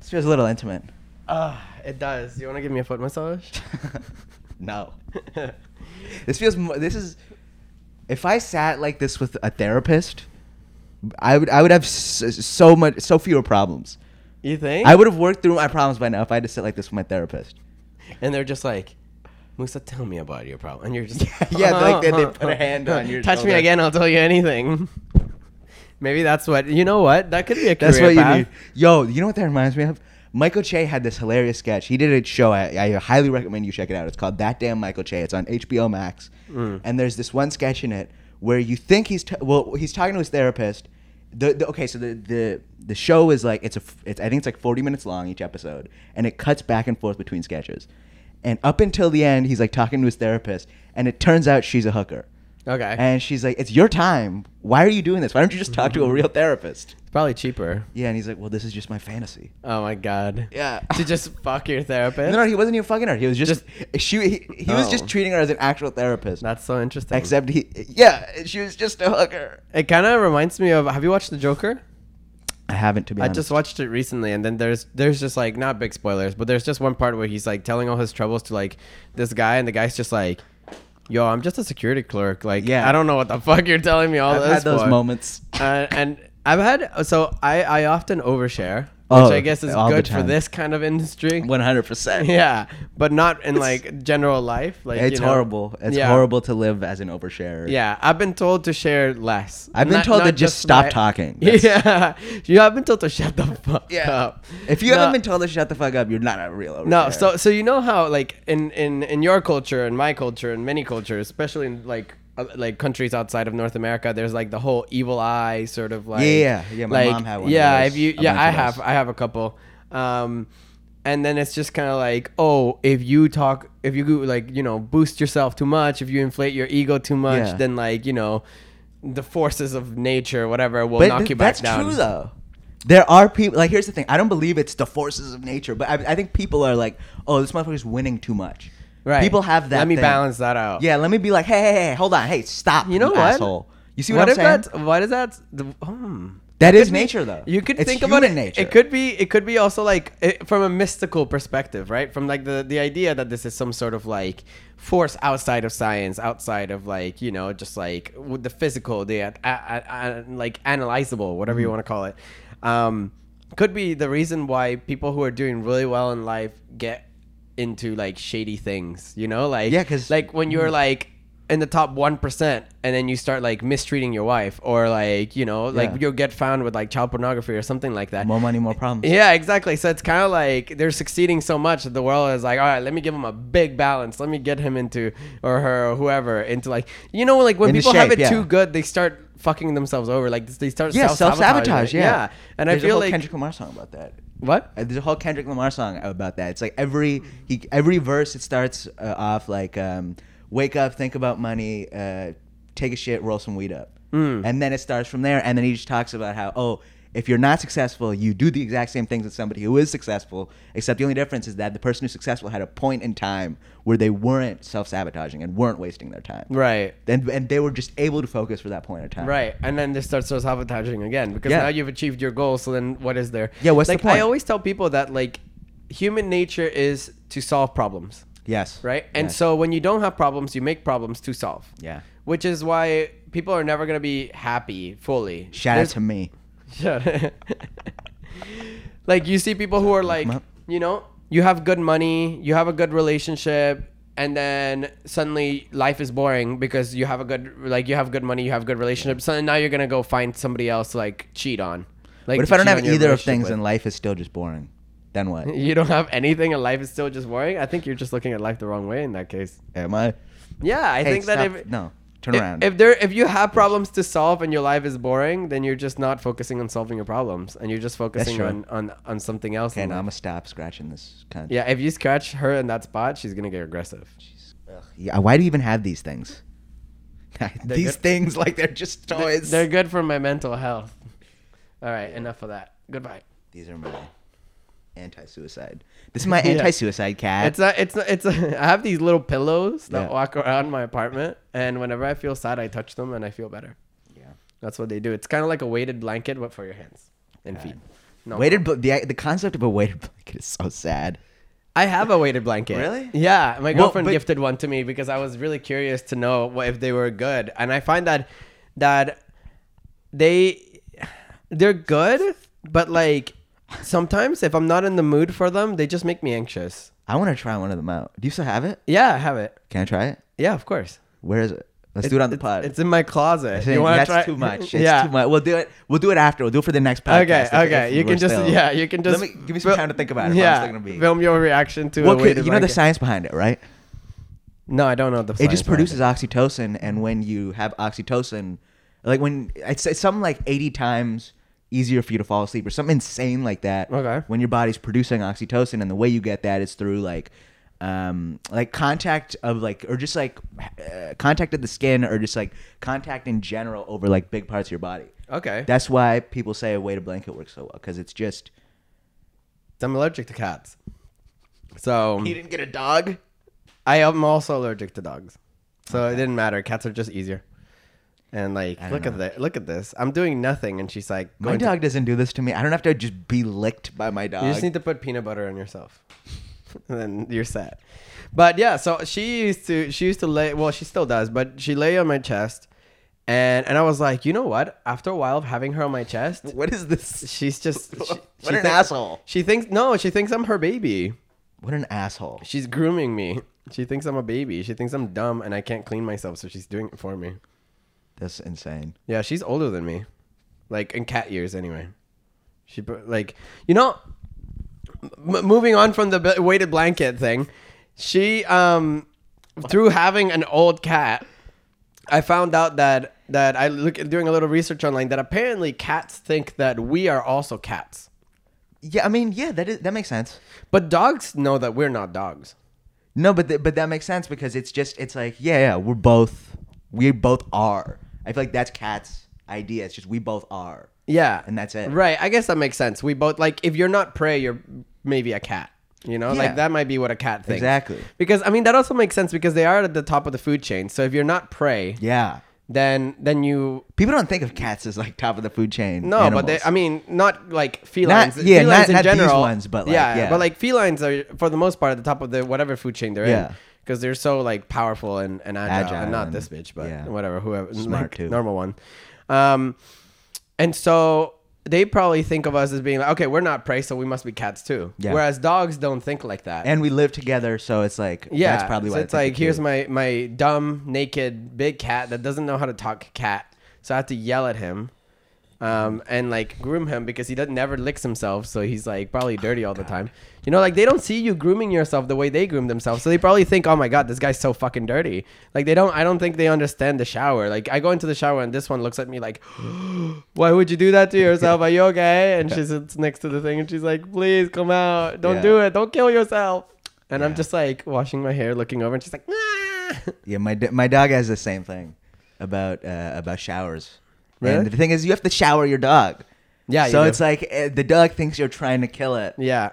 This feels a little intimate. Uh, it does. You want to give me a foot massage? no. This feels. mo- This is. If I sat like this with a therapist, I would. I would have so, so much. So fewer problems. you think? I would have worked through my problems by now if I had to sit like this with my therapist. And they're just like, Musa, tell me about your problem. And you're just "Oh." yeah, they're like- they- they put a hand on your Touch me shoulder. again, I'll tell you anything. Maybe that's what you know. What that could be a career That's what you path. need. Yo, you know what that reminds me of? Michael Che had this hilarious sketch. He did a show. I, I highly recommend you check it out. It's called That Damn Michael Che. It's on HBO Max. Mm. And there's this one sketch in it where you think he's t- well, he's talking to his therapist. The, the, okay, so the, the the show is like it's a f- it's I think it's like 40 minutes long each episode, and it cuts back and forth between sketches. And up until the end, he's like talking to his therapist, and it turns out she's a hooker. Okay, And she's like, "It's your time. Why are you doing this? Why don't you just talk to a real therapist?" it's probably cheaper. Yeah, and he's like, "Well, this is just my fantasy." Oh my god. Yeah. to just fuck your therapist. No, no, he wasn't even fucking her. He was just, she. He, he was Oh. just treating her as an actual therapist. that's so interesting. except he, yeah, she was just a hooker. it kind of reminds me of. Have you watched The Joker? I haven't to be I honest. just watched it recently, and then there's there's just like not big spoilers, but there's just one part where he's like telling all his troubles to like this guy, and the guy's just like, "Yo, I'm just a security clerk. Like, Yeah. I don't know what the fuck you're telling me all I've this had those for." moments. Uh, and I've had so I I often overshare, which Oh, I guess is all the good for time. this kind of industry. One hundred percent. Yeah, but not in like general life. Like It's you know? horrible. It's Yeah. horrible to live as an oversharer. Yeah, I've been told to share less. I've been Not- told not to just stop my- talking. That's- Yeah, you have been told to shut the fuck Yeah. up. If you No. haven't been told to shut the fuck up, you're not a real oversharer. No, so so you know how like in in in your culture and my culture and many cultures, especially in like uh, like countries outside of North America, there's like the whole evil eye sort of like Yeah, yeah, yeah, my like, mom had one of Yeah, those, if you a yeah, bunch I of have those. I have a couple, um, and then it's just kind of like oh, if you talk, if you go, like you know boost yourself too much, if you inflate your ego too much, Yeah. then like you know the forces of nature, whatever, will but knock th- you back that's down. true though. There are people like here's the thing. I don't believe it's the forces of nature, but I, I think people are like, oh, this motherfucker's winning too much. Right. People have that. Let me thing. balance that out. Yeah, let me be like, hey, hey, hey, hold on, hey, stop. You know what? Asshole. You see what, if I'm that's saying? why does that? the- hmm. That is could be- nature, though. You could It's think about it. human nature. It could be. It could be also like it, from a mystical perspective, right? From like the the idea that this is some sort of like force outside of science, outside of like you know just like with the physical, the uh, a, a, a, like analyzable, whatever Mm. you want to call it. Um, could be the reason why people who are doing really well in life get into like shady things. You know, like Yeah, 'cause- Mm. like when you're like in the top 1% and then you start like mistreating your wife or like you know like Yeah. you'll get found with like child pornography or something like that More money, more problems. yeah exactly so it's kind of like they're succeeding so much that the world is like all right let me give him a big balance let me get him into or her or whoever into like you know like when Into people have shape, it yeah. too good they start fucking themselves over like they start Yeah, self self-sabotaging. sabotage. Yeah. and There's i feel a whole like Kendrick Lamar song about that. what Uh, There's a whole Kendrick Lamar song about that. It's like every he every verse it starts uh, off like um, wake up, think about money, uh, take a shit, roll some weed up, Hmm. and then it starts from there. And then he just talks about how oh. If you're not successful, you do the exact same things as somebody who is successful, except the only difference is that the person who's successful had a point in time where they weren't self sabotaging and weren't wasting their time. right And, and they were just able to focus for that point in time. Right, and then they start self sabotaging again because Yeah. now you've achieved your goal. So then, what is there? Yeah, what's the like, I point? always tell people that like human nature is to solve problems, Yes. right? And Yes. so when you don't have problems, you make problems to solve. Yeah. which is why people are never gonna be happy fully. Shout There's- out to me. Shut up. like you see people who are like, up. you know, you have good money, you have a good relationship, and then suddenly life is boring because you have a good like you have good money, you have good relationship. So now you're gonna go find somebody else to, like cheat on. Like, But if to I don't cheat have on your either of relationship things, with. then life is still just boring. Then what? you don't have anything, and life is still just boring. I think you're just looking at life the wrong way in that case. Am I? Yeah, I Hey, think that stop. if no, turn if- around. If there, if you have problems to solve and your life is boring, then you're just not focusing on solving your problems, and you're just focusing true. on, on on something else. okay, in now I'm gonna life. stop scratching this cunt. yeah, if you scratch her in that spot, she's gonna get aggressive. Yeah, Why do you even have these things? these good. things, like they're just toys. They're good for my mental health. All right, enough of that. Goodbye. these are my anti-suicide. This is my anti-suicide cat. It's not. It's not. It's. A, I have these little pillows that Yeah. walk around my apartment, and whenever I feel sad, I touch them and I feel better. yeah. That's what they do. It's kind of like a weighted blanket, but for your hands and feet. No. Weighted bl- the the concept of a weighted blanket is so sad. I have a weighted blanket. Really? Yeah, my Well, girlfriend but- gifted one to me because I was really curious to know what, if they were good, and I find that that they they're good, but like sometimes if I'm not in the mood for them, they just make me anxious. I want to try one of them out. Do you still have it? Yeah, I have it. Can I try it? Yeah, of course. Where is it? Let's do it on the It's- pod. It's in my closet. Saying, wanna that's try- too much. It's yeah. too much. We'll do it. We'll do it after. We'll do it for the next podcast. Okay, if- okay. if You we're can just still- yeah, you can just me- give me some time to think about it, if I'm Yeah, still gonna be- film your reaction to Well, a 'cause weighted you know the blanket. science behind it, right? No, I don't know the. It science just behind produces oxytocin, and when you have oxytocin, like when it's, it's something like eighty times easier for you to fall asleep or something insane like that. Okay. When your body's producing oxytocin, and the way you get that is through like, um, like contact of like or just like uh, contact of the skin or just like contact in general over like big parts of your body. Okay, That's why people say a weighted blanket works so well because it's just. I'm allergic to cats, so didn't get a dog. I am also allergic to dogs, so it didn't matter. Cats are just easier. And like, don't look at know. that! Look at this. I'm doing nothing, and she's like, My going to- dog doesn't do this to me. I don't have to just be licked by my dog. You just need to put peanut butter on yourself, and then you're set. But yeah, so she used to she used to lay well she still does, but she lay on my chest, and and I was like, you know what? After a while of having her on my chest, what is this? she's just she, What she an thinks- asshole. She thinks no, she thinks I'm her baby. What an asshole. She's grooming me. She thinks I'm a baby. She thinks I'm dumb and I can't clean myself, so she's doing it for me. That's insane. Yeah, she's older than me, like in cat years anyway. She put- like you know. M- moving on from the b- weighted blanket thing, she um through having an old cat, I found out that that I look doing a little research online that apparently cats think that we are also cats, Yeah, I mean, yeah, that is that makes sense. but dogs know that we're not dogs. No, but th- but that makes sense because it's just it's like yeah, yeah, we're both we both are. I feel like that's cat's idea. It's just we both are. Yeah, And that's it. Right. I guess that makes sense. We both like if you're not prey, you're maybe a cat. You know, Yeah. like that might be what a cat thinks. Exactly. Because I mean that also makes sense because they are at the top of the food chain. So if you're not prey, Yeah. then then you People don't think of cats as like top of the food chain. no, but they, animals. I mean, not like felines. Not- yeah, felines not- in not these general, ones, but like, yeah. but like felines are for the most part at the top of the whatever food chain they're Yeah. in because they're so like powerful and, and agile, Agile and not and- this bitch, but yeah. whatever, whoever, Smart like, too. normal one. Um, and so they probably think of us as being like, okay, we're not prey, so we must be cats too. Yeah. Whereas dogs don't think like that. and we live together, so it's like yeah, that's probably so why they it's think like of you. here's my my dumb naked big cat that doesn't know how to talk cat, so I have to yell at him, um, and like groom him because he doesn't never licks himself, so he's like probably Oh, dirty all the time. You know, like they don't see you grooming yourself the way they groom themselves, so they probably think, oh my god, this guy's so fucking dirty. Like they don't, I don't think they understand the shower. Like I go into the shower and this one looks at me like, why would you do that to yourself? Are you okay? And she sits next to the thing and she's like, please come out, don't Yeah. do it, don't kill yourself. And I'm Yeah. just like washing my hair, looking over, and she's like, "Ah." Yeah, my d- my dog has the same thing about uh, about showers. Really? And the thing is, you have to shower your dog. Yeah, you So do. it's like uh, the dog thinks you're trying to kill it. Yeah.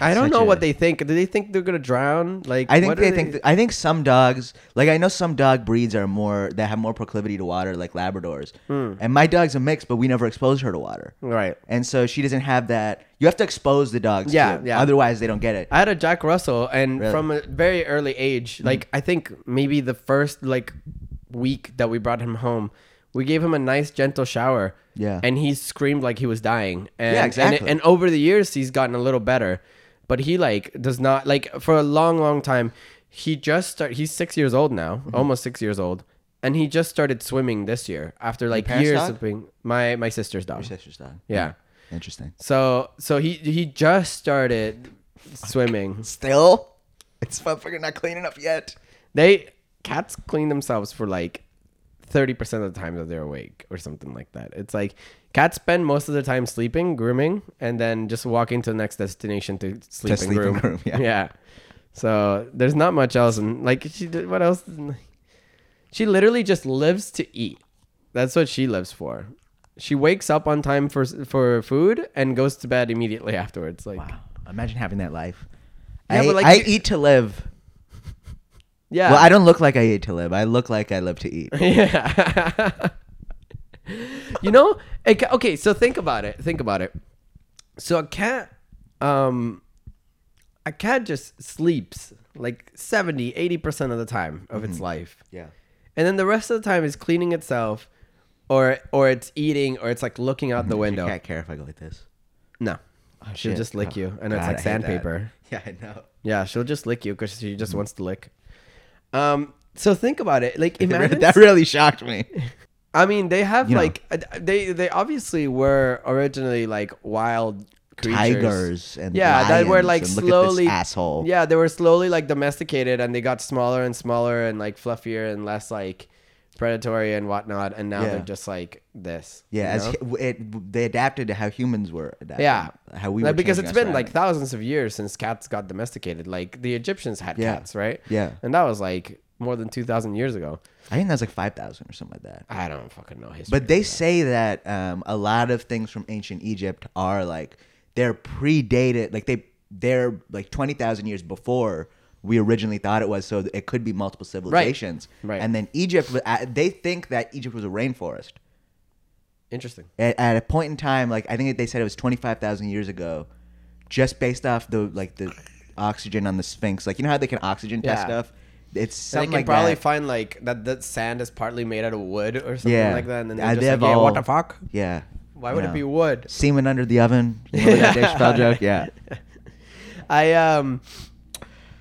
I don't Such know a- what they think. Do they think they're gonna drown? Like I think what do they, think I think some dogs like I know some dog breeds are more that have more proclivity to water like Labradors. Hmm. And my dog's a mix, but we never exposed her to water. right. And so she doesn't have that. You have to expose the dogs. Yeah, to it. yeah. Otherwise, they don't get it. I had a Jack Russell, and Really? Mm-hmm. from a very early age, like I think maybe the first like week that we brought him home, we gave him a nice gentle shower. Yeah. and he screamed like he was dying. And, Yeah, and- exactly. And, over the years, he's gotten a little better, but he like does not like for a long, long time. He just start. He's six years old now, Mm-hmm. almost six years old, and he just started swimming this year after like parents' years dog? of being my my sister's dog. Sister's dog. Yeah. Interesting. So so he he just started swimming. Still, it's fucking not clean enough yet. They cats clean themselves for like thirty percent of the time that they're awake or something like that. It's like cats spend most of the time sleeping, grooming, and then just walking to the next destination to sleep, and, sleep and groom. groom, yeah. So there's not much else, and like she did. What else? She literally just lives to eat. That's what she lives for. She wakes up on time for for food and goes to bed immediately afterwards. Like, Wow. Imagine having that life. Yeah, I, but, like, I you- eat to live. yeah. Well, I don't look like I eat to live. I look like I live to eat. Yeah. you know, it, ca- okay, so think about it. Think about it. so a cat um a cat just sleeps like 70 80% of the time of Mm-hmm. its life Yeah. and then the rest of the time is cleaning itself or or it's eating or it's like looking out the I window can't care if I go like this. no she'll shit. just lick Oh, you and it's God, I like hate that. sandpaper Yeah, I know. yeah she'll just lick you because she Mm-hmm. just wants to lick um so think about it like imagine that really shocked me. I mean, they have You know. like uh, they they obviously were originally like wild creatures. Tigers and yeah, that were lions like and look at this slowly asshole. Yeah, they were slowly like domesticated, and they got smaller and smaller, and like fluffier and less like predatory and whatnot. And now Yeah. they're just like this. Yeah, you as know? hu- it, they adapted to how humans were adapting. yeah, how we like, were because changing it's our been like surroundings. thousands of years since cats got domesticated. Like the Egyptians had Yeah. cats, right? Yeah. and that was like more than two thousand years ago. I think that's like five thousand or something like that. I don't fucking know history. But they say that um, a lot of things from ancient Egypt are like they're predated, like they they're like twenty thousand years before we originally thought it was. So it could be multiple civilizations. Right. And then Egypt, was- uh, they think that Egypt was a rainforest Interesting. at, at a point in time. Like I think they said it was twenty five thousand years ago, just based off the like the oxygen on the Sphinx. Like you know how they can oxygen test Yeah. stuff. It's And something they can like probably that. find like that that sand is partly made out of wood or something Yeah. like that. And then Uh, they're they just have like, yeah, all- what the fuck? yeah. Why You would know. it be wood? Semen under the oven. You know that Dave Chappelle joke? Yeah. I um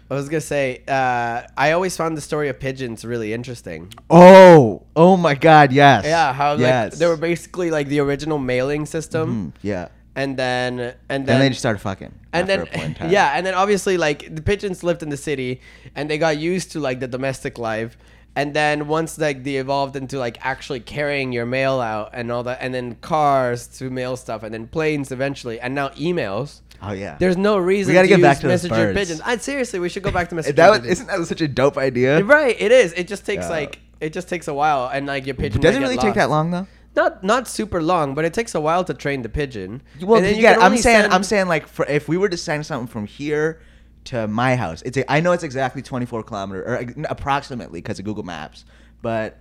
I was gonna say, uh, I always found the story of pigeons really interesting. Oh, oh my God! Yes. Yeah, how like yes. they were basically like the original mailing system, Mm, yeah, and then and then and they just started fucking. and after then a point in time. yeah and then obviously like the pigeons lived in the city and they got used to like the domestic life and then once like they evolved into like actually carrying your mail out and all that and then cars to mail stuff and then planes eventually and now emails Oh yeah. there's no reason gotta to get use back to those messenger birds. pigeons i seriously we should go back to messenger that was, pigeons. isn't that such a dope idea? right it is it just takes Yeah. like it just takes a while and like your pigeon It doesn't might get really take lost. that long though. not not super long but it takes a while to train the pigeon Well, And then you you get, can I'm only saying, send- I'm saying, like, for, if we were to send something from here to my house, it's a, I know it's exactly 24 kilometer or uh, approximately because of Google Maps, but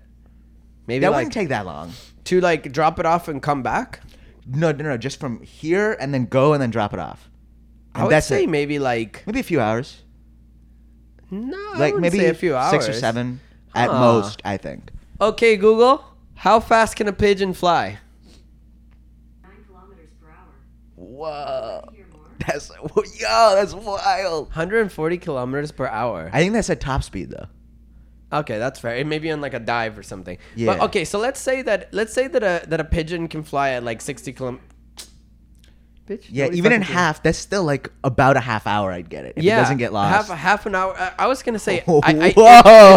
maybe that like wouldn't take that long. to like drop it off and come back No, no, no, just from here and then go and then drop it off. And I would that's say it. maybe like maybe a few hours. no, like maybe say a few hours, six or seven at Huh. most. I think. Okay, Google, how fast can a pigeon fly? 9 kilometers per hour. Whoa, Hear more? That's yo, that's wild. 140 kilometers per hour. I think that's at top speed though. Okay, that's fair. It may be on like a dive or something. But Yeah. okay, so let's say that let's say that a that a pigeon can fly at like 60 kilom. Bitch. Yeah, nobody even in fucking- half, that's still like about a half hour. I'd get it. If Yeah, it doesn't get lost. Half half an hour. I, I was gonna say, I, Whoa. I, if,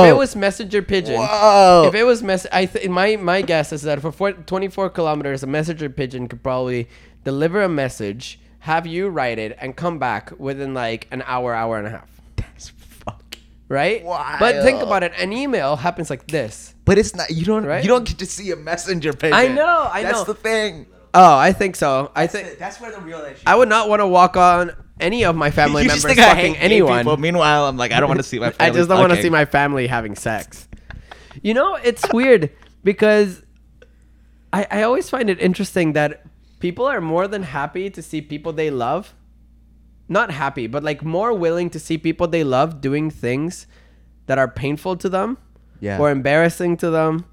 if it was messenger pigeon, Whoa. If it was mess, I th- my my guess is that for four, 24 kilometers, a messenger pigeon could probably deliver a message, have you write it, and come back within like an hour, hour and a half, That's fuck. right? But think Wild. about it. An email happens like this. But it's not. You don't. Right? You don't get to see a messenger pigeon. I know, I that's know. the thing. Oh, I think so. I think That's where the real issue. I would not want to walk on any of my family you members just think I fucking hate anyone. anyone. People. Meanwhile, I'm like, I don't want to see my. I family just don't want to fucking. see my family having sex. You know, it's weird because I, I always find it interesting that people are more than happy to see people they love. Not happy, but like more willing to see people they love doing things that are painful to them Yeah. or embarrassing to them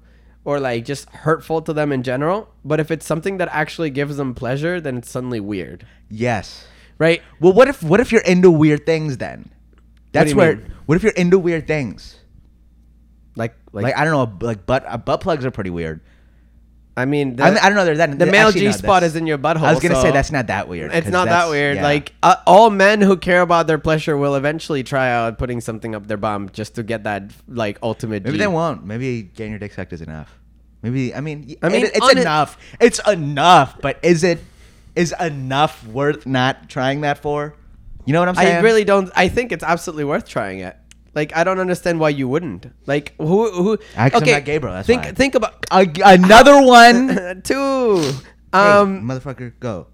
or like just hurtful to them in general. But if it's something that actually gives them pleasure, then it's suddenly weird, Yes. right? Well, what if what if you're into weird things then? That's you where. mean? What if you're into weird things? Like, like, Like I don't know. b- Like butt uh, butt plugs are pretty weird. I, mean, the, I mean, I don't know. They're that the male actually, G no, spot that's- is in your butthole. I was gonna say so- that's not that weird. It's 'cause not that that's- weird. yeah. Like uh, all men who care about their pleasure will eventually try out putting something up their bum just to get that like ultimate. maybe G. they won't. Maybe getting your dick sucked is enough. Maybe I mean I I mean, mean it's on it- enough. it's enough. But is it is enough worth not trying that for? You know what I'm saying? I really don't. I think it's absolutely worth trying it. Like I don't understand why you wouldn't. Like who who? Ah, 'cause I'm not gay, bro, that's think why. think about A- another one. two. um, Um, motherfucker, go.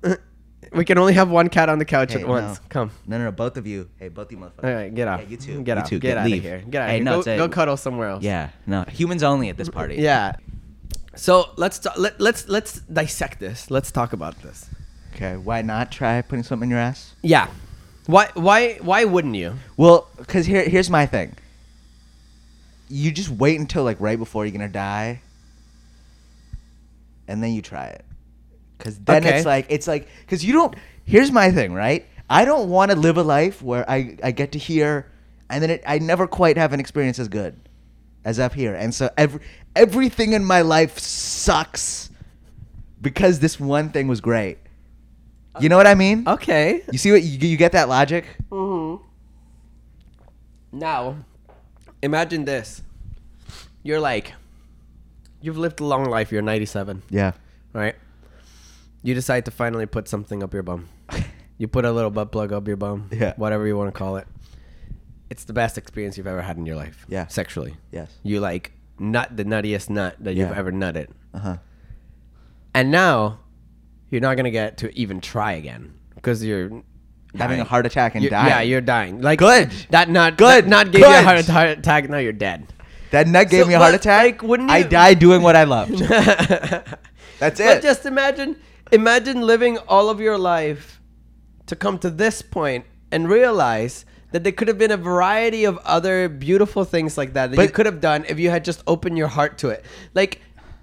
we can only have one cat on the couch Hey, at once. no. Come. No, no, no, both of you. Hey, both you motherfuckers. All right, get off. Yeah, you too. Get You off. too. Get, Get- out leave. of here. Get out. Hey, of here. no, Go- it's a- go cuddle somewhere else. Yeah, no, humans only at this party. Yeah. So let's ta- let, let's let's dissect this. Let's talk about this. Okay, why not try putting something in your ass? Yeah. Why why why wouldn't you? Well, because here, here's my thing. You just wait until like right before you're gonna die, and then you try it. Because then Okay. it's like it's like because you don't. Here's my thing, right? I don't want to live a life where I I get to here, and then it, I never quite have an experience as good as up here, and so every everything in my life sucks because this one thing was great. You know what I mean? Uh, Okay. You see what you, you get that logic? Mm-hmm. Now, imagine this. You're like you've lived a long life, you're 97, Yeah. right? You decide to finally put something up your bum. You put a little butt plug up your bum, Yeah. whatever you want to call it. It's the best experience you've ever had in your life. Yeah. Sexually. Yes. You like nut the nuttiest nut that Yeah. you've ever nutted. Uh huh. And now you're not gonna get to even try again because you're Having a dying. heart attack and You're- dying. Yeah, you're dying. Like Good. That not Good. That not gave you a Good. heart atta- attack. Now you're dead. That nut gave So, me a heart but, attack. like, wouldn't I you- died doing what I loved. That's But it. just imagine, imagine living all of your life to come to this point and realize that there could have been a variety of other beautiful things like that that you But- could have done if you had just opened your heart to it. Like,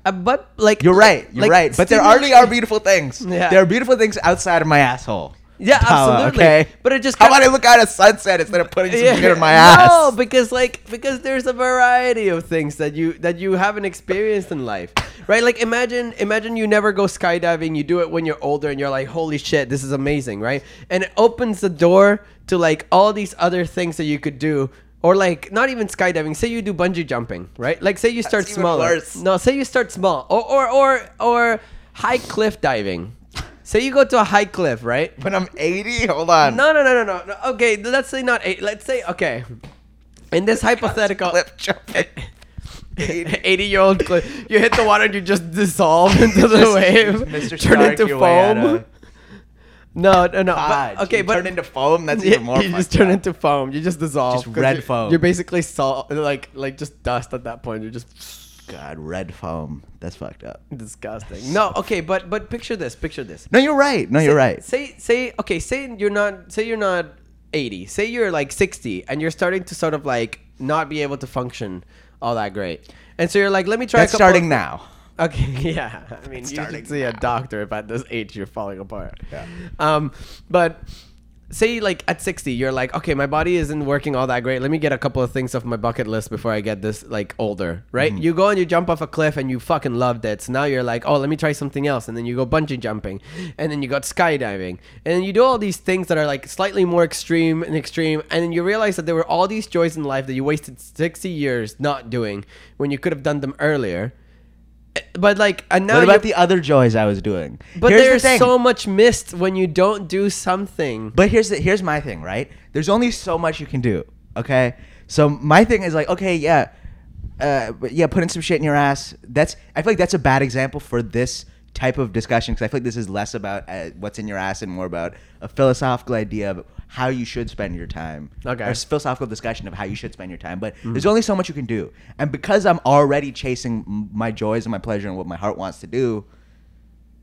a but like You're right. You're like right. But there stimulate- already are beautiful things. Yeah. There are beautiful things outside of my asshole. Yeah, Paula, absolutely. okay? But it just I kinda- want to look out at sunset instead of putting some shit in my ass. No, because like because there's a variety of things that you that you haven't experienced in life. Right? Like imagine imagine you never go skydiving, you do it when you're older and you're like, "Holy shit, this is amazing," right? And it opens the door to like all these other things that you could do. Or like not even skydiving. Say you do bungee jumping, right? Like say you start even smaller. worse. No, say you start small. Or or or or high cliff diving. Say you go to a high cliff, right? when I'm 80, hold on. No, no, no, no, no, no. Okay, let's say not eight. Let's say okay. In this hypothetical, Cliff jumping. eighty-year-old cliff, you hit the water and you just dissolve into the Just- wave, Mr. turn Stark, into you weigh out foam. a No, no, no. pod. But, okay, You but turn into foam. That's Yeah, even more. you fucked just turn up. into foam. You just dissolve. Just 'cause red you- foam. You're basically salt, like like just dust at that point. You're just God, red foam. That's fucked up. disgusting. No, okay, but but picture this. Picture this. No, you're right. No, you're say- right. Say say okay, say you're not say you're not 80. Say you're like 60 and you're starting to sort of like not be able to function all that great. And so you're like, let me try That's a couple starting now. Okay, yeah. I mean, you starting should see a now. doctor if at this age you're falling apart. Yeah. Um, but say like at 60, you're like, okay, my body isn't working all that great. Let me get a couple of things off my bucket list before I get this like older, right? Mm-hmm. You go and you jump off a cliff and you fucking loved it. So now you're like, oh, let me try something else, and then you go bungee jumping, and then you got skydiving, and then you do all these things that are like slightly more extreme and extreme, and then you realize that there were all these joys in life that you wasted 60 years not doing when you could have done them earlier. Eh, But like, and now What you're- about the other joys I was doing? but Here's the there's thing. so much missed when you don't do something. But here's the, here's my thing, right? There's only so much you can do. Okay, so my thing is like, okay, yeah, uh, but yeah, putting some shit in your ass. That's I feel like that's a bad example for this type of discussion because I feel like this is less about uh, what's in your ass and more about a philosophical idea of how you should spend your time. Okay. or s- philosophical discussion of how you should spend your time. But there's only so much you can do, and because I'm already chasing m- my joys and my pleasure and what my heart wants to do,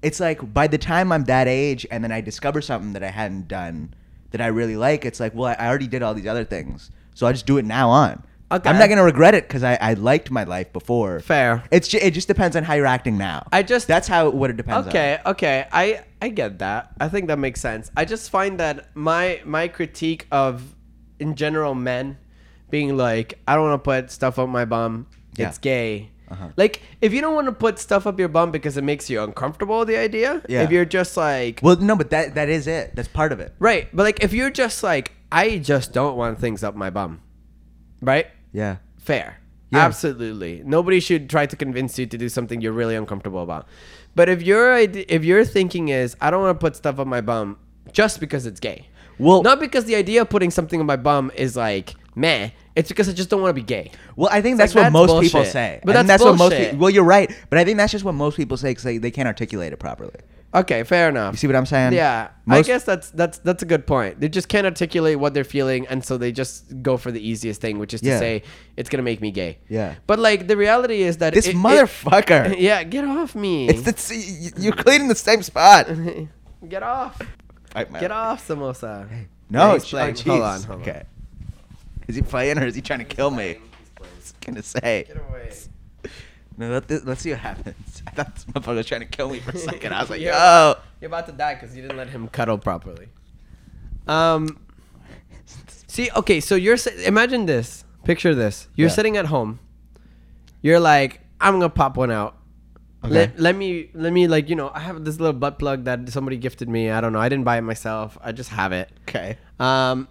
it's like by the time I'm that age and then I discover something that I hadn't done that I really like, it's like, well, I- I already did all these other things. So I just do it now on. Okay. I'm not going to regret it because I, I liked my life before. Fair. It's ju- it just depends on how you're acting now. I just- That's how what it depends on. Okay, okay. I I get that. I think that makes sense. I just find that my my critique of in general men being like, I don't want to put stuff up my bum. Yeah. Uh-huh. It's gay. Like if you don't want to put stuff up your bum because it makes you uncomfortable, the idea. Yeah. If you're just like, Well, no, but that that is it. That's part of it. right, but like if you're just like, I just don't want things up my bum, right? Yeah. fair. Yeah. Absolutely. Nobody should try to convince you to do something you're really uncomfortable about. But if your ide- if your thinking is I don't want to put stuff on my bum just because it's gay. Well- not because the idea of putting something on my bum is like meh. It's because I just don't want to be gay. Well, I think It's that's what like, most that's people bullshit. say. But I think that's what most bullshit. people, Well, you're right. But I think that's just what most people say because they, they can't articulate it properly. Okay, fair enough. You see what I'm saying? yeah, I Most- guess that's that's that's a good point. They just can't articulate what they're feeling, and so they just go for the easiest thing, which is to Yeah. say it's gonna make me gay. Yeah. But like the reality is that This it- it- motherfucker. yeah, get off me. It's the, you're cleaning the same spot. Get off. I- my- Get off, samosa. No, Yeah, it's he's playing. oh, hold jeez. on, hold on. Okay. Is he playing or is he trying to kill me? I was gonna say. Get away. No, let this, let's see what happens. I thought this motherfucker was trying to kill me for a second. I was like, Yeah. yo. You're about to die because you didn't let him cuddle properly. Um. See, okay, so you're si- imagine this. Picture this. You're Yeah. sitting at home. You're like, I'm gonna pop one out. Let, let me let me like you know I have this little butt plug that somebody gifted me. I don't know. I didn't buy it myself. I just have it. Okay. Um,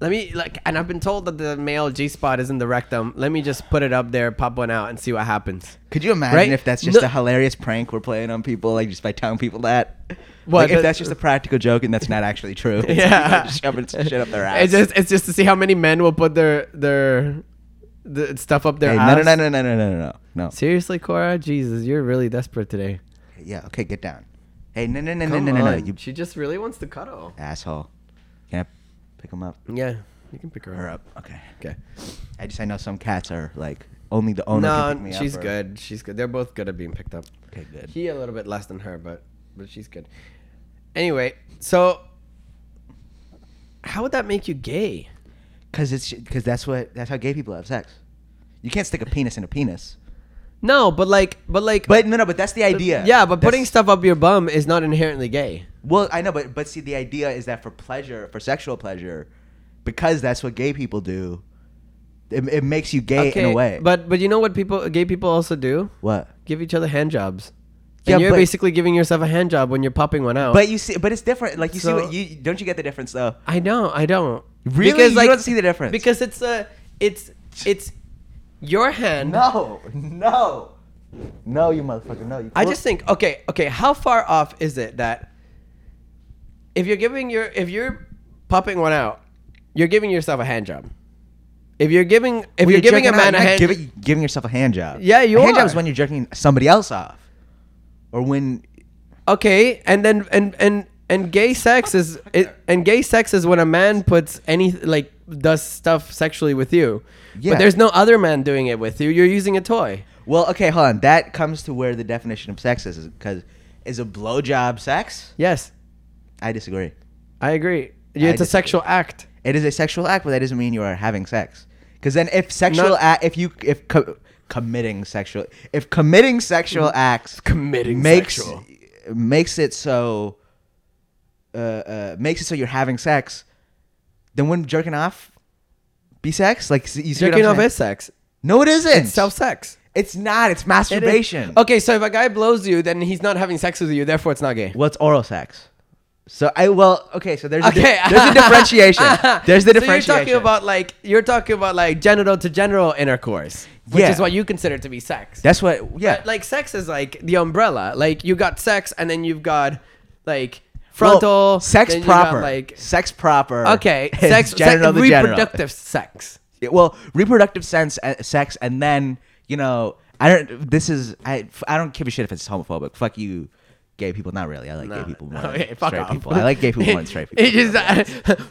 let me like, and I've been told that the male G spot is in the rectum. Let me just put it up there, pop one out, and see what happens. Could you imagine Right? if that's just No- a hilarious prank we're playing on people, like just by telling people that? What, Like, if that- that's just a practical joke and that's not actually true. Yeah, just shoving shit up their ass. It's just it's just to see how many men will put their their the stuff up their Hey, no, ass. no, no, no, no, no, no, no, no. Seriously, Cora, Jesus, you're really desperate today. Yeah. Okay, get down. Hey, no, no, no, no, Come no, no, no, on. you She just really wants to cuddle. asshole. Can I pick him up? Yeah, you can pick Her up. Okay. Okay. I just I know some cats are like only the owner. can pick No, me she's up or- good. She's good. They're both good at being picked up. Okay, good. He a little bit less than her, but but she's good. Anyway, so how would that make you gay? Cause it's because that's what that's how gay people have sex. You can't stick a penis in a penis. No, but like but like But no, no, but that's the idea. Yeah, but putting That's- stuff up your bum is not inherently gay. Well, I know, but but see, the idea is that for pleasure, for sexual pleasure, because that's what gay people do. It, it makes you gay in a way. But but you know what people gay people also do? what? Give each other hand jobs. Yeah, and you're but- basically giving yourself a hand job when you're popping one out. But you see, but it's different. Like you see, Oh. So- what you don't you get the difference though? I don't. I don't. Really? You don't see the difference? Because it's a it's it's your hand. No, no, no, you motherfucker, no. You I just think okay, okay, how far off is it that if you're giving your if you're popping one out, you're giving yourself a hand job. If you're giving if Well, you're, giving a jerking man out, you're a not hand giving, giving yourself a hand job. Yeah, you a Hand are. job is when you're jerking somebody else off, or when Okay, and then and and and gay sex is it, and gay sex is when a man puts any like does stuff sexually with you. Yeah. But there's no other man doing it with you. You're using a toy. Well, okay, hold on. That comes to where the definition of sex is, because is a blowjob sex? Yes, I disagree. I agree. Yeah, I it's a disagree. sexual act. It is a sexual act, but that doesn't mean you are having sex. Because then, if sexual No. act, if you if co- committing sexual, if committing sexual Mm-hmm. acts Committing makes sexual. makes it so uh, uh, makes it so you're having sex, then wouldn't jerking off be sex? Like you see what I'm Jerking off saying? is sex. No, it isn't. It's, Self sex. not. It's masturbation. Okay, so if a guy blows you, then he's not having sex with you. Therefore, it's not gay. Well, it's oral sex. So I well okay. So there's Okay, a di- there's a differentiation. There's the differentiation. So you're talking about like you're talking about like genital to genital intercourse, which Yeah. is what you consider to be sex. that's what yeah. But, like sex is like the umbrella. Like you got sex, and then you've got like frontal Well, sex then you got, proper. like sex proper. okay, is sex, genital se- to genital. reproductive sex. Yeah, Well, reproductive sense, uh, sex, and then you know I don't. This is I. I don't give a shit if it's homophobic. Fuck you, gay people. Not really. I like gay people more. than Okay, fuck straight off. people. I like gay people more than straight people. It is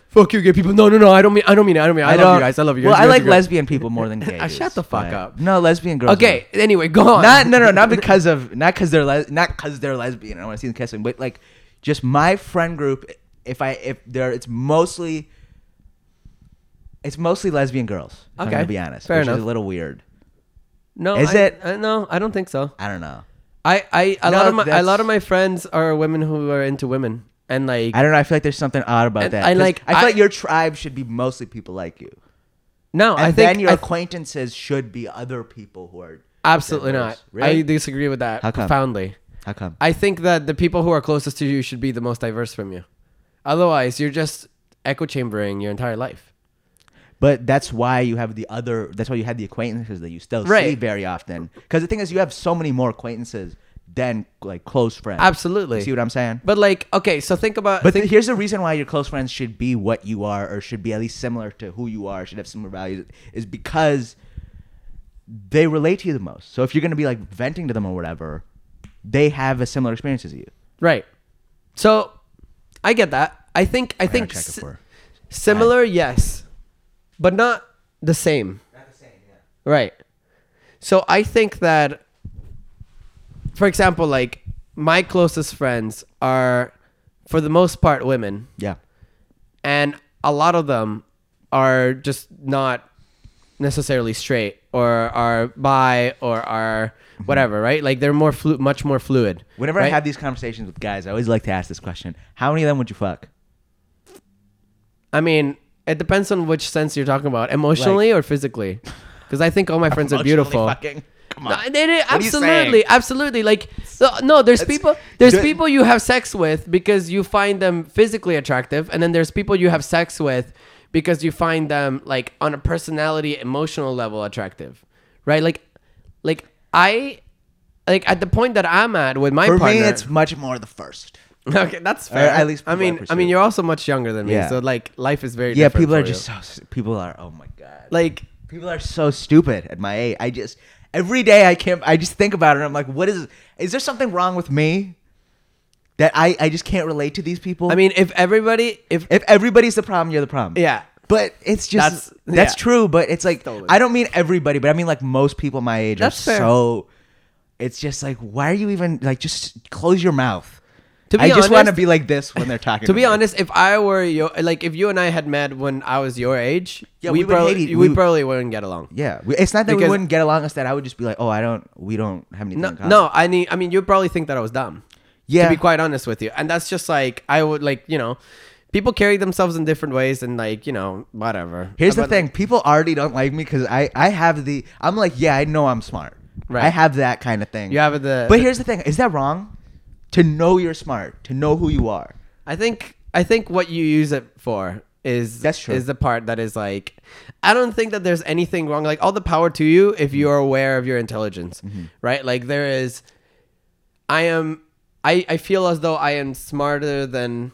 fuck you, gay people. No, no, no. I don't mean. I don't mean. it. I don't mean. it. I, love you guys. I love you. Well, guys. I You guys like are good. lesbian people more than gay. Ah, shut dudes, the fuck but- up. No, lesbian girls. Okay. Anyway, go on. not no no not because of not because they're les- not because they're lesbian. I don't want to see them kissing, but like just my friend group. If I if there, it's mostly it's mostly lesbian girls. If I'm Okay. gonna be honest, Fair which is enough. a little weird. No, Is I, it? I, no, I don't think so. I don't know. I, I, a No, lot of my, a that's- lot of my friends are women who are into women, and like, I don't know. I feel like there's something odd about And that. I 'cause like- I feel I- like your tribe should be mostly people like you, no, and I think then your I th- acquaintances should be other people who are absolutely diverse. not. Really? I disagree with that How come? profoundly. How come? I think that the people who are closest to you should be the most diverse from you. Otherwise, you're just echo chambering your entire life. But that's why you have the other. That's why you had the acquaintances that you still see Right. very often. Because the thing is, you have so many more acquaintances than like close friends. Absolutely. You see what I'm saying? But, But like, okay, so think about. the- here's the reason why your close friends should be what you are, or should be at least similar to who you are, should have similar values, is because they relate to you the most. So if you're gonna be like venting to them or whatever, they have a similar experience as you. Right. So, I get that. I think. I think check it si- for her. similar, yes, but not the same. Not the same. Yeah. Right. So I think that, for example, like my closest friends are, for the most part, women, Yeah. and a lot of them are just not necessarily straight or are bi or are Mm-hmm. whatever, right? Like they're more flu- much more fluid. Whenever I right? have these conversations with guys, I always like to ask this question: How many of them would you fuck? I mean, it depends on which sense you're talking about, emotionally or physically. Because I think all my friends are beautiful. Fucking. Come No, on. Uh, they- they- What are you saying? absolutely, absolutely. Like, no, no, there's people, there's Good. people you have sex with because you find them physically attractive, and then there's people you have sex with because you find them like on a personality, emotional level attractive, right? Like, like I, like at the point that I'm at with my For partner. me, it's much more the first. okay, that's fair. at least people I I mean, I pursue. mean, you're also much younger than me, Yeah. so like life is very Yeah, different people are for you. just so. People are. Oh my god. like People are so stupid at my age. I just every day I can't. I just think about it. and I'm like, what is? Is there something wrong with me? That I I just can't relate to these people. I mean, if everybody, if if everybody's the problem, you're the problem. yeah, But it's just that's, That's- yeah. true. But it's like Totally. I don't mean everybody, but I mean like most people my age That's are fair. so. It's just like why are you even like just close your mouth. To be I just want to honest- be like this when they're talking. to be me. honest, if I were your, like, if you and I had met when I was your age, Yeah, we, we would probably hate it. we, We- probably wouldn't get along. yeah, we, it's not that we Because- wouldn't get along. It's that I would just be like, oh, I don't, we don't have anything. No, in common. no, I need. I mean, you probably think that I was dumb. Yeah. to be quite honest with you, and that's just like I would like you know, people carry themselves in different ways, and like you know, whatever. Here's the But- thing: people already don't like me because I I have the I'm like yeah I know I'm smart. Right. I have that kind of thing. You have the- But the- here's the thing: is that wrong? To know you're smart, to know who you are. I think I think what you use it for is That's true. is the part that is like I don't think that there's anything wrong like all the power to you Mm-hmm. if you are aware of your intelligence right like there is I am I I feel as though I am smarter than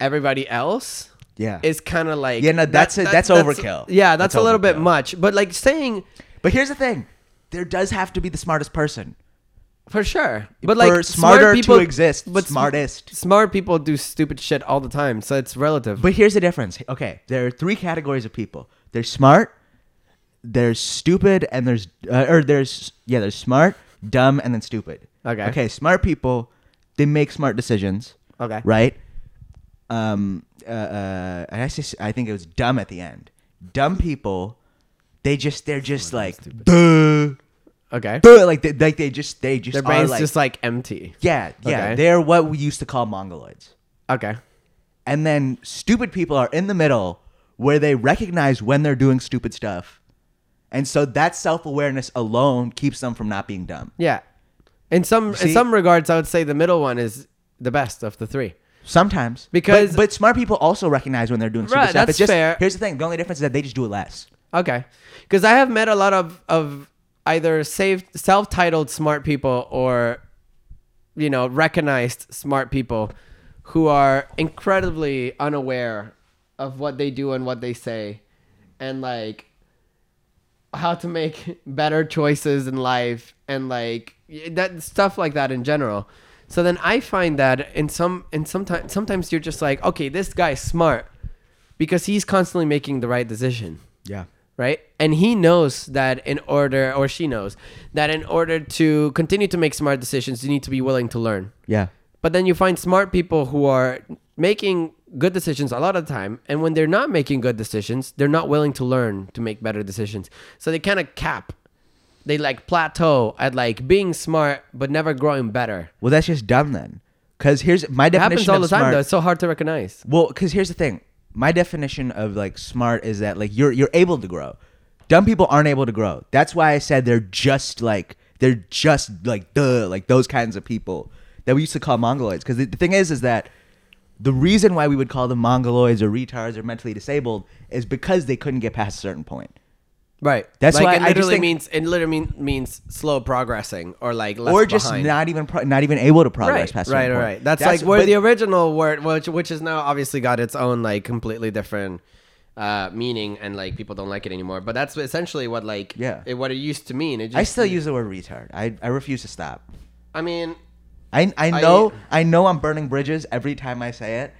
everybody else Yeah. is kind of like Ah. Yeah, no, that's it- that's overkill. yeah That's that's, a little bit overkill. much but like saying But here's the thing: there does have to be the smartest person. for sure but like For smart smarter to people exist, but sm- smartest. smart people do stupid shit all the time so it's relative But here's the difference. Okay, there are three categories of people. They're smart, there's stupid, and there's uh, or there's yeah, there's smart, dumb, and then stupid. Okay. Okay, smart people, they make smart decisions. Okay. Right. Um. Uh. uh and I say I think it was dumb at the end. Dumb people, they just they're just like duh, okay duh, like they like they just they just their are brain's like, just like empty yeah yeah Okay. they're what we used to call mongoloids. Okay. and then stupid people are in the middle where they recognize when they're doing stupid stuff and so that self-awareness alone keeps them from not being dumb Yeah. In some in see- some regards, I would say the middle one is the best of the three. sometimes Because- but, but smart people also recognize when they're doing stupid Right, stuff that's it's just fair. here's the thing the only difference is that they just do it less Okay. Because I have met a lot of of either saved self-titled smart people or you know recognized smart people who are incredibly unaware of what they do and what they say and like how to make better choices in life and like y- that stuff like that in general. So then I find that in some in sometimes sometimes you're just like, okay, this guy's smart because he's constantly making the right decision, yeah right? And he knows that in order or she knows that in order to continue to make smart decisions, you need to be willing to learn. yeah But then you find smart people who are making good decisions a lot of the time. And when they're not making good decisions, they're not willing to learn to make better decisions. So they kind of cap. They like plateau at like being smart but never growing better. well that's just dumb then because here's my It happens definition all of the time smart- though. It's so hard to recognize. Well, because here's the thing. My definition of like smart is that like you're you're able to grow. Dumb people aren't able to grow. That's why I said they're just like they're just like the like those kinds of people that we used to call mongoloids. Because the, the thing is, is that the reason why we would call them mongoloids or retards or mentally disabled is because they couldn't get past a certain point. Right. That's why it I just literally think- means it literally mean, means slow progressing or like left or just behind. not even pro- not even able to progress right, past. a right, certain right, point. right. That's, like where but- the original word, which which is now obviously got its own like completely different uh, meaning, and like people don't like it anymore. But that's essentially what like Yeah. it, what it used to mean. It just, I still use the word retard. I I refuse to stop. I mean, I, I know I, know I'm burning bridges every time I say it,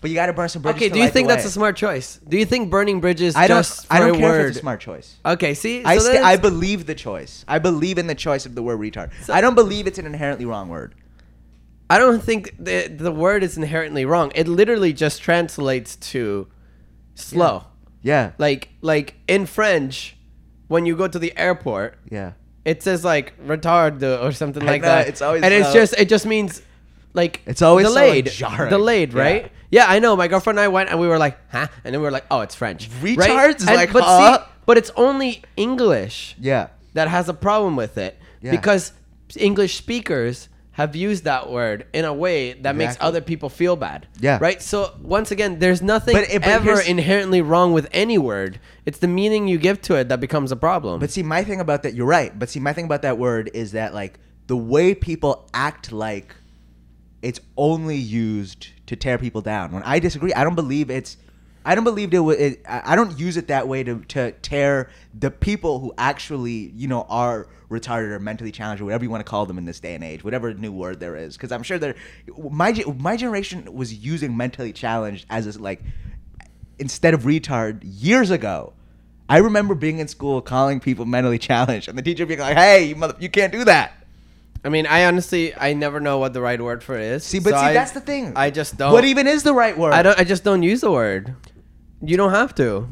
but you got to burn some bridges. okay. to Do you light the think that's way. a smart choice? Do you think burning bridges? I don't Just for I don't a care word? if it's a smart choice. Okay. See, I so st- that's- I believe the choice. I believe in the choice of the word retard. I don't believe it's an inherently wrong word. I don't think the the word is inherently wrong. It literally just translates to slow. Yeah. Like like in French, when you go to the airport, Yeah. it says like retard or something like know, that. it's always and it's so- just it just means like It's always so delayed, jarring. delayed, Yeah. right? Yeah. I know. My girlfriend and I went, and we were like, huh, and then we were like, oh, it's French. right? Retards? And- Like, but huh? see, but it's only English Yeah. that has a problem with it Yeah. because English speakers have used that word in a way that makes Exactly. other people feel bad. Yeah. Right. So once again, there's nothing But it- but ever here's- inherently wrong with any word. It's the meaning you give to it that becomes a problem. But see, my thing about that, you're right. But see, my thing about that word is that like the way people act like it's only used to tear people down. When I disagree, I don't believe it's. I don't believe it, wa- it. I I don't use it that way to to tear the people who actually you know are retarded or mentally challenged or whatever you want to call them in this day and age, whatever new word there is. Because I'm sure there, my ge- my generation was using mentally challenged as a, like instead of retard years ago. I remember being in school calling people mentally challenged and the teacher being like, "Hey, you mother, you can't do that." I mean, I honestly, I never know what the right word for it is. See, but so see, I- that's the thing. I just don't. What even is the right word? I don't. I just don't use the word. You don't have to.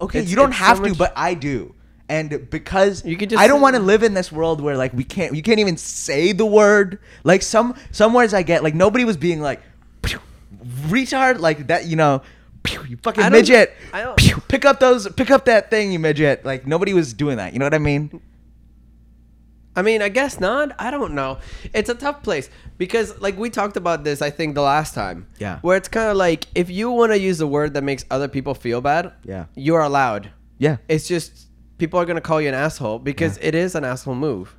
Okay, It's- you don't it's so have to, much- but I do. And because You could just I don't say- want to live in this world where like we can't you can't even say the word. Like some some words I get like nobody was being like "Pew, retard like that, you know, "Pew, you I fucking don't- midget. I don't- Pew, pick up those pick up that thing, you midget. Like nobody was doing that. You know what I mean? I mean, I guess not. I don't know. It's a tough place because, like, we talked about this, I think, the last time. Yeah. Where it's kind of like if you want to use a word that makes other people feel bad, Yeah. you're allowed. Yeah. It's just people are going to call you an asshole because it is an asshole move.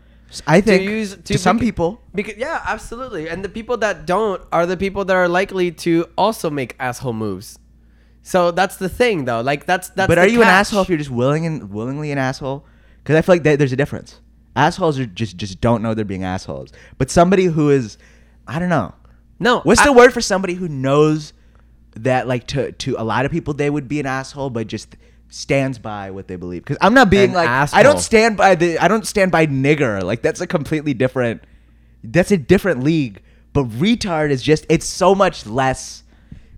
I think to, use- to some bec- people Because yeah, absolutely. And the people that don't are the people that are likely to also make asshole moves. So that's the thing, though. Like that's that's. but the are you an catch. asshole if you're just willing and willingly an asshole? Because I feel like that, there's a difference. Assholes are just just don't know they're being assholes. But somebody who is, I don't know. No. What's I- the word for somebody who knows that like to to a lot of people they would be an asshole, but just stands by what they believe? Because I'm not being An like I asshole. don't stand by the I don't stand by nigger. Like that's a completely different. That's a different league. But retard is just it's so much less.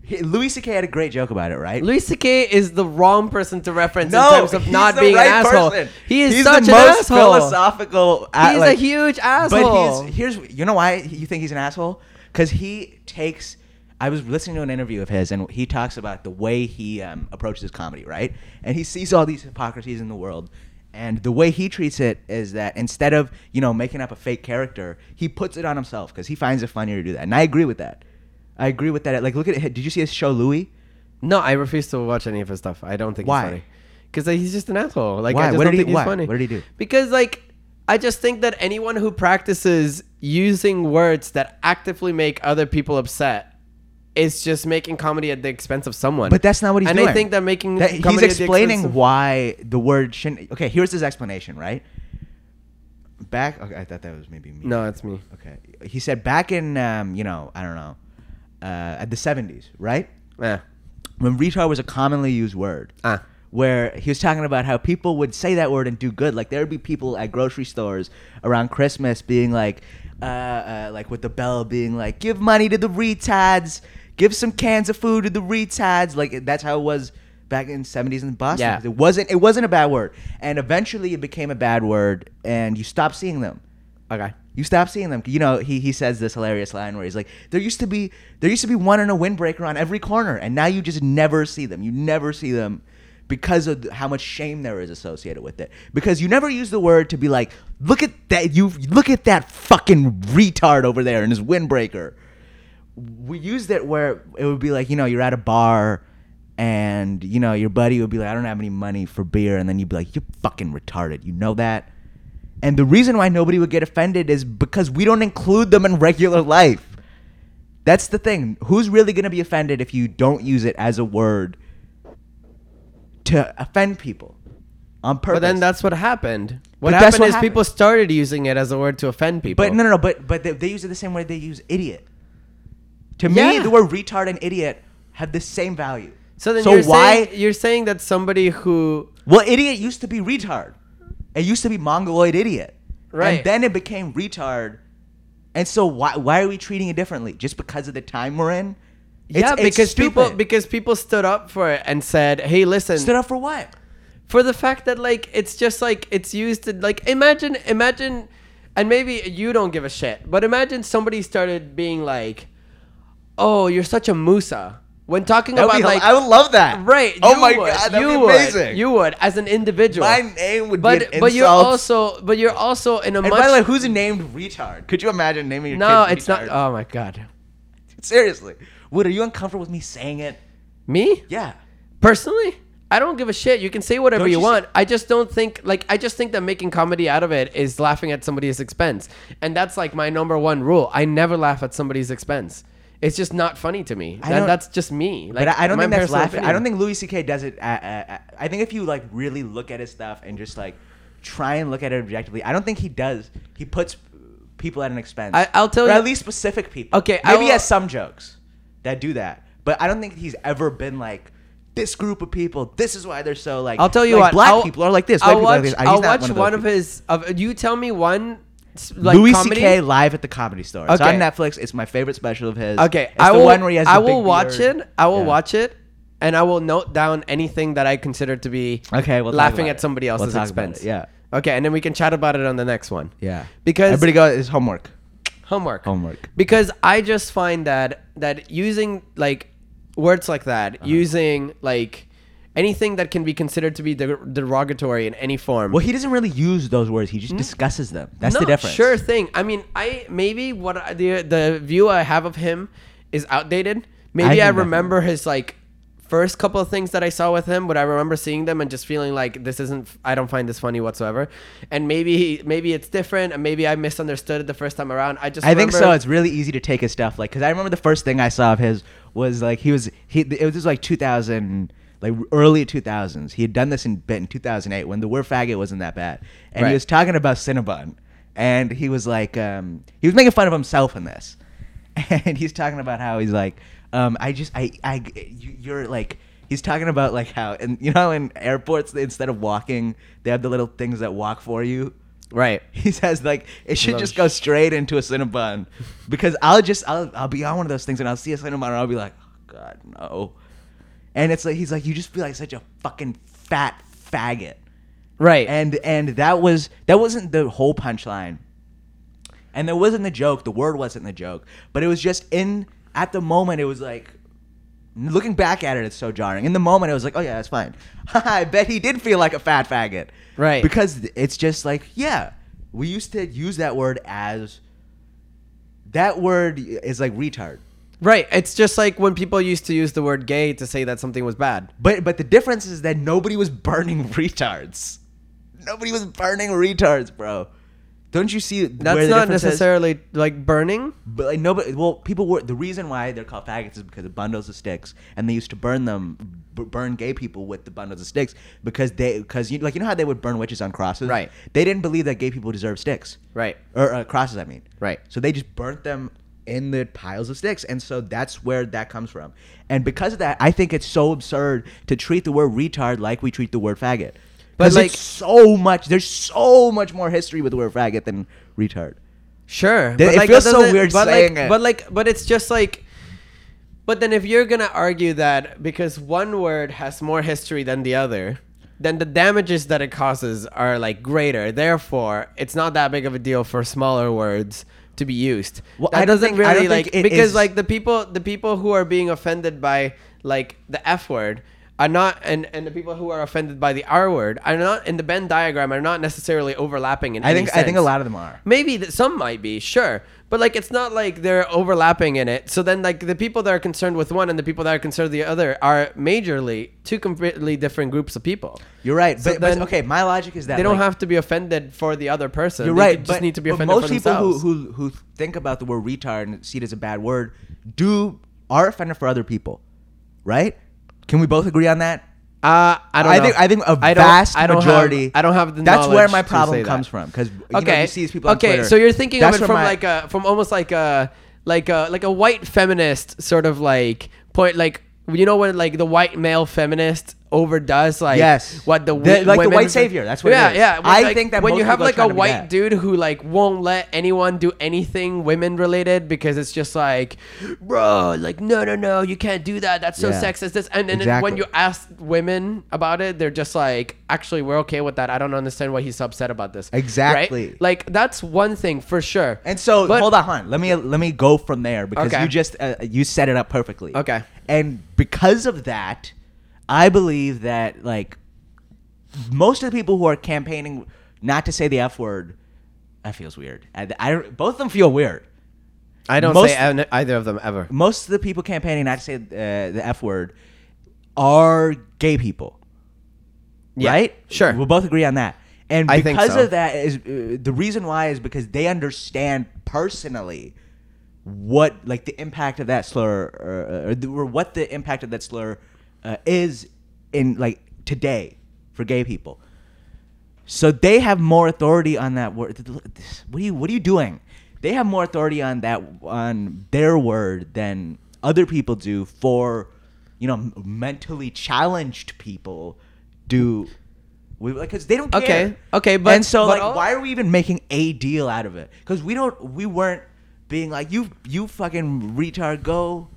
He- Louis C.K. had a great joke about it, right? Louis C.K. is the wrong person to reference no, in terms of he's not the being right an asshole. person. He is he's such the an most asshole. philosophical. a- He's a like- huge asshole. But he's here's you know why you think he's an asshole because he takes. I was listening to an interview of his, and he talks about the way he um, approaches comedy, right? And he sees all these hypocrisies in the world, and the way he treats it is that instead of you know making up a fake character, he puts it on himself because he finds it funnier to do that. And I agree with that. I agree with that. Like, look at it. Did you see his show Louis? no, I refuse to watch any of his stuff. I don't think Why? he's funny. Because he's just an asshole. Like Why? I just What don't did he- think he's why? funny. What did he do? Because like I just think that anyone who practices using words that actively make other people upset is just making comedy at the expense of someone. But that's not what he's and doing. I think that making That- Mm, comedy he's at the explaining expense of- why the word shouldn't. Okay, here's his explanation. Right back. Okay, I thought that was maybe me. No, it's me. Okay, he said back in um, you know I don't know uh, at the '70s, right? Yeah. When retard was a commonly used word. Ah. Where he was talking about how people would say that word and do good. Like there would be people at grocery stores around Christmas being like, uh, uh, like with the bell being like, give money to the retards, give some cans of food to the retards. Like that's how it was back in seventies in Boston. Yeah. It wasn't. It wasn't a bad word, and eventually it became a bad word, and you stopped seeing them Okay. you stop seeing them. You know, he, he says this hilarious line where he's like, "There used to be there used to be one in a windbreaker on every corner, and now you just never see them. You never see them because of how much shame there is associated with it. Because you never use the word to be like, look at that you look at that fucking retard over there in his windbreaker." we used it where it would be like, you know, you're at a bar and, you know, your buddy would be like, I don't have any money for beer. And then you'd be like, you're fucking retarded. You know that? And the reason why nobody would get offended is because we don't include them in regular life. That's the thing. Who's really going to be offended if you don't use it as a word to offend people on purpose? But then that's what happened. But What that's happened what is happened. people started using it as a word to offend people. But no, no, no. But but they, they use it the same way they use idiot. To me, Yeah. the word retard and idiot have the same value. So then so you're why? saying, you're saying that somebody who well, idiot used to be retard. It used to be mongoloid idiot. Right. And then it became retard And so why why are we treating it differently just because of the time we're in? It's- yeah, it's because people stupid. because people stood up for it and said, "Hey, listen, stood up for what? for the fact that like it's just like it's used to like imagine imagine and maybe you don't give a shit but imagine somebody started being like oh you're such a musa when talking That would about be- like I would love that. right Oh you my would, god, that'd you be amazing. would, you would as an individual My name would but be an but you're insult. also but you're also in a And much by the way, who's named retard? Could you imagine naming your no kid it's not retard? oh my god Seriously, Wood, are you uncomfortable with me saying it? me Yeah. personally i don't give a shit you can say whatever Don't you, you want i just don't think like i just think that making comedy out of it is laughing at somebody's expense and that's like my number one rule i never laugh at somebody's expense it's just not funny to me I and don't- that's just me like But I, I don't my think that's personal laughing. I opinion. don't think Louis C.K. does it. Uh, uh, uh, I think if you like really look at his stuff and just like try and look at it objectively, I don't think he does. He puts people at an expense. I- I'll tell or you- at least specific people. Okay, I maybe he will- has some jokes that do that, but I don't think he's ever been like this group of people. This is why they're so like. I'll tell you like, what. Black I'll- people are like this. White I'll people are like watch. this. Uh, he's I'll not watch one one of of, those people. his. Of you tell me one. s- Like Louis comedy? C.K. live at the Comedy Store. It's Okay. on Netflix. It's my favorite special of his. Okay, it's I the will. one where he has I the will big watch beard. it. I will Yeah. watch it, and I will note down anything that I consider to be Okay, we'll talk laughing about at it. somebody We'll else's talk about it, expense. yeah. Okay, and then we can chat about it on the next one. Yeah, Because- everybody go. It's homework. Homework. Homework. Because I just find that that using like words like that, Uh-huh. using like anything that can be considered to be der- derogatory in any form. Well, he doesn't really use those words. He just discusses them. That's the Mm. No, difference. Sure thing. I mean, I maybe what I, the the view I have of him is outdated. Maybe think I, definitely. remember his like first couple of things that I saw with him, but I remember seeing them and just feeling like this isn't. I don't find this funny whatsoever. And maybe he, maybe it's different, and maybe I misunderstood it the first time around. I just I think so. remember- It's really easy to take his stuff. Like, cause I remember the first thing I saw of his was like he was he. It was just like 2000, like early 2000s. He had done this in bit in 2008 when the word faggot wasn't that bad, and Right. he was talking about Cinnabon, and he was like, um, he was making fun of himself in this, and he's talking about how he's like, um, I just I I you, you're like. He's talking about like how, and you know, how in airports, instead of walking, they have the little things that walk for you. right. He says like it should Love just go straight into a Cinnabon because I'll just I'll, I'll be on one of those things and I'll see a Cinnabon and I'll be like, oh, God no, and it's like he's like you just feel like such a fucking fat faggot, Right. and and that was that wasn't the whole punchline, and there wasn't the joke, the word wasn't the joke, but it was just in at the moment it was like. Looking back at it, it's so jarring. In the moment, it was like, "Oh yeah, that's fine." I bet he did feel like a fat faggot, Right. Because because it's just like yeah we used to use that word as that word is like retard right. It's just like when people used to use the word gay to say that something was bad. but but the difference is that nobody was burning retards nobody was burning retards bro don't you see That's where the not difference is? necessarily like burning. but like nobody well people were the reason why they're called faggots is because of bundles of sticks and they used to burn them b- burn gay people with the bundles of sticks because they because you like you know how they would burn witches on crosses Right. they didn't believe that gay people deserve sticks Right. or uh, crosses i mean Right. so they just burnt them in the piles of sticks and so that's where that comes from and because of that i think it's so absurd to treat the word retard like we treat the word faggot But, but like- like so much there's so much more history with the word faggot than retard Sure, Th- it that feels so doesn't- weird but saying like, it. But like, but it's just like. But then, if you're gonna argue that because one word has more history than the other, then the damages that it causes are like greater. Therefore, it's not that big of a deal for smaller words to be used. Well, that I don't doesn't think- I really don't like think it because is- like the people the people who are being offended by like the F word are not and and the people who are offended by the R word are not in the Venn diagram are not necessarily overlapping in i any think i think a sense. lot of them are Maybe that some might be, sure. But like it's not like they're overlapping in it. So then like the people that are concerned with one and the people that are concerned with the other are majorly two completely different groups of people. You're right. So but, but- then okay, my logic is that They don't like, have to be offended for the other person. You're They right. just but, need to be but offended most for people who, themselves. who who think about the word retard and see it as a bad word do are offended for other people, right? Can we both agree on that? uh, I don't I know. think I think a I don't- vast I don't have- majority. I don't have the That's where knowledge my to problem say that. comes from because you okay. know you see these people. on okay, Twitter. so you're thinking That's of where it from my- like a from almost like a like a like a white feminist sort of like point like you know when like the white male feminist overdoes like Yes. what the, The- like the women- white savior, that's what it yeah is. yeah. When, I like, think that when most you have people are like a trying to be white that. dude who like won't let anyone do anything women related because it's just like, bro, like no no no, you can't do that. That's so Yeah. sexist. This and, and then when Exactly. you ask women about it, they're just like, actually, we're okay with that. I don't understand why he's upset about this. Right? Exactly. Like that's one thing for sure. And so But- hold on, hold on. Let me let me go from there because Okay. you just uh, you set it up perfectly. Okay. And because of that, I believe that like most of the people who are campaigning not to say the f word, that feels weird. I, I don't- both of them feel weird. I don't Most- say an- either of them ever. Most of the people campaigning not to say uh, the f word are gay people. Yeah, right? sure. We'll both agree on that. And I think because so. of that is uh, the reason why is because they understand personally what like the impact of that slur uh, or, or, the- or what the impact of that slur uh, is in like today for gay people. So they have more authority on that word. What are you What are you doing? They have more authority on that on their word than other people do for, you know, m- mentally challenged people do. We like because they don't care. Okay, okay, but- and so but like, all- why are we even making a deal out of it? Because we don't. We weren't being like you. You fucking retard. Go.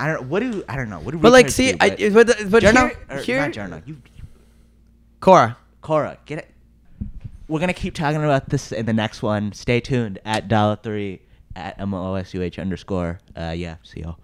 I don't. What do I don't know. What do But like, retards see, do, I, but but Jarno? here, Or here not Jarno, you Cora. Cora, get it. We're gonna keep talking about this in the next one. Stay tuned at dollar three at mosuh underscore. Uh, yeah, see y'all.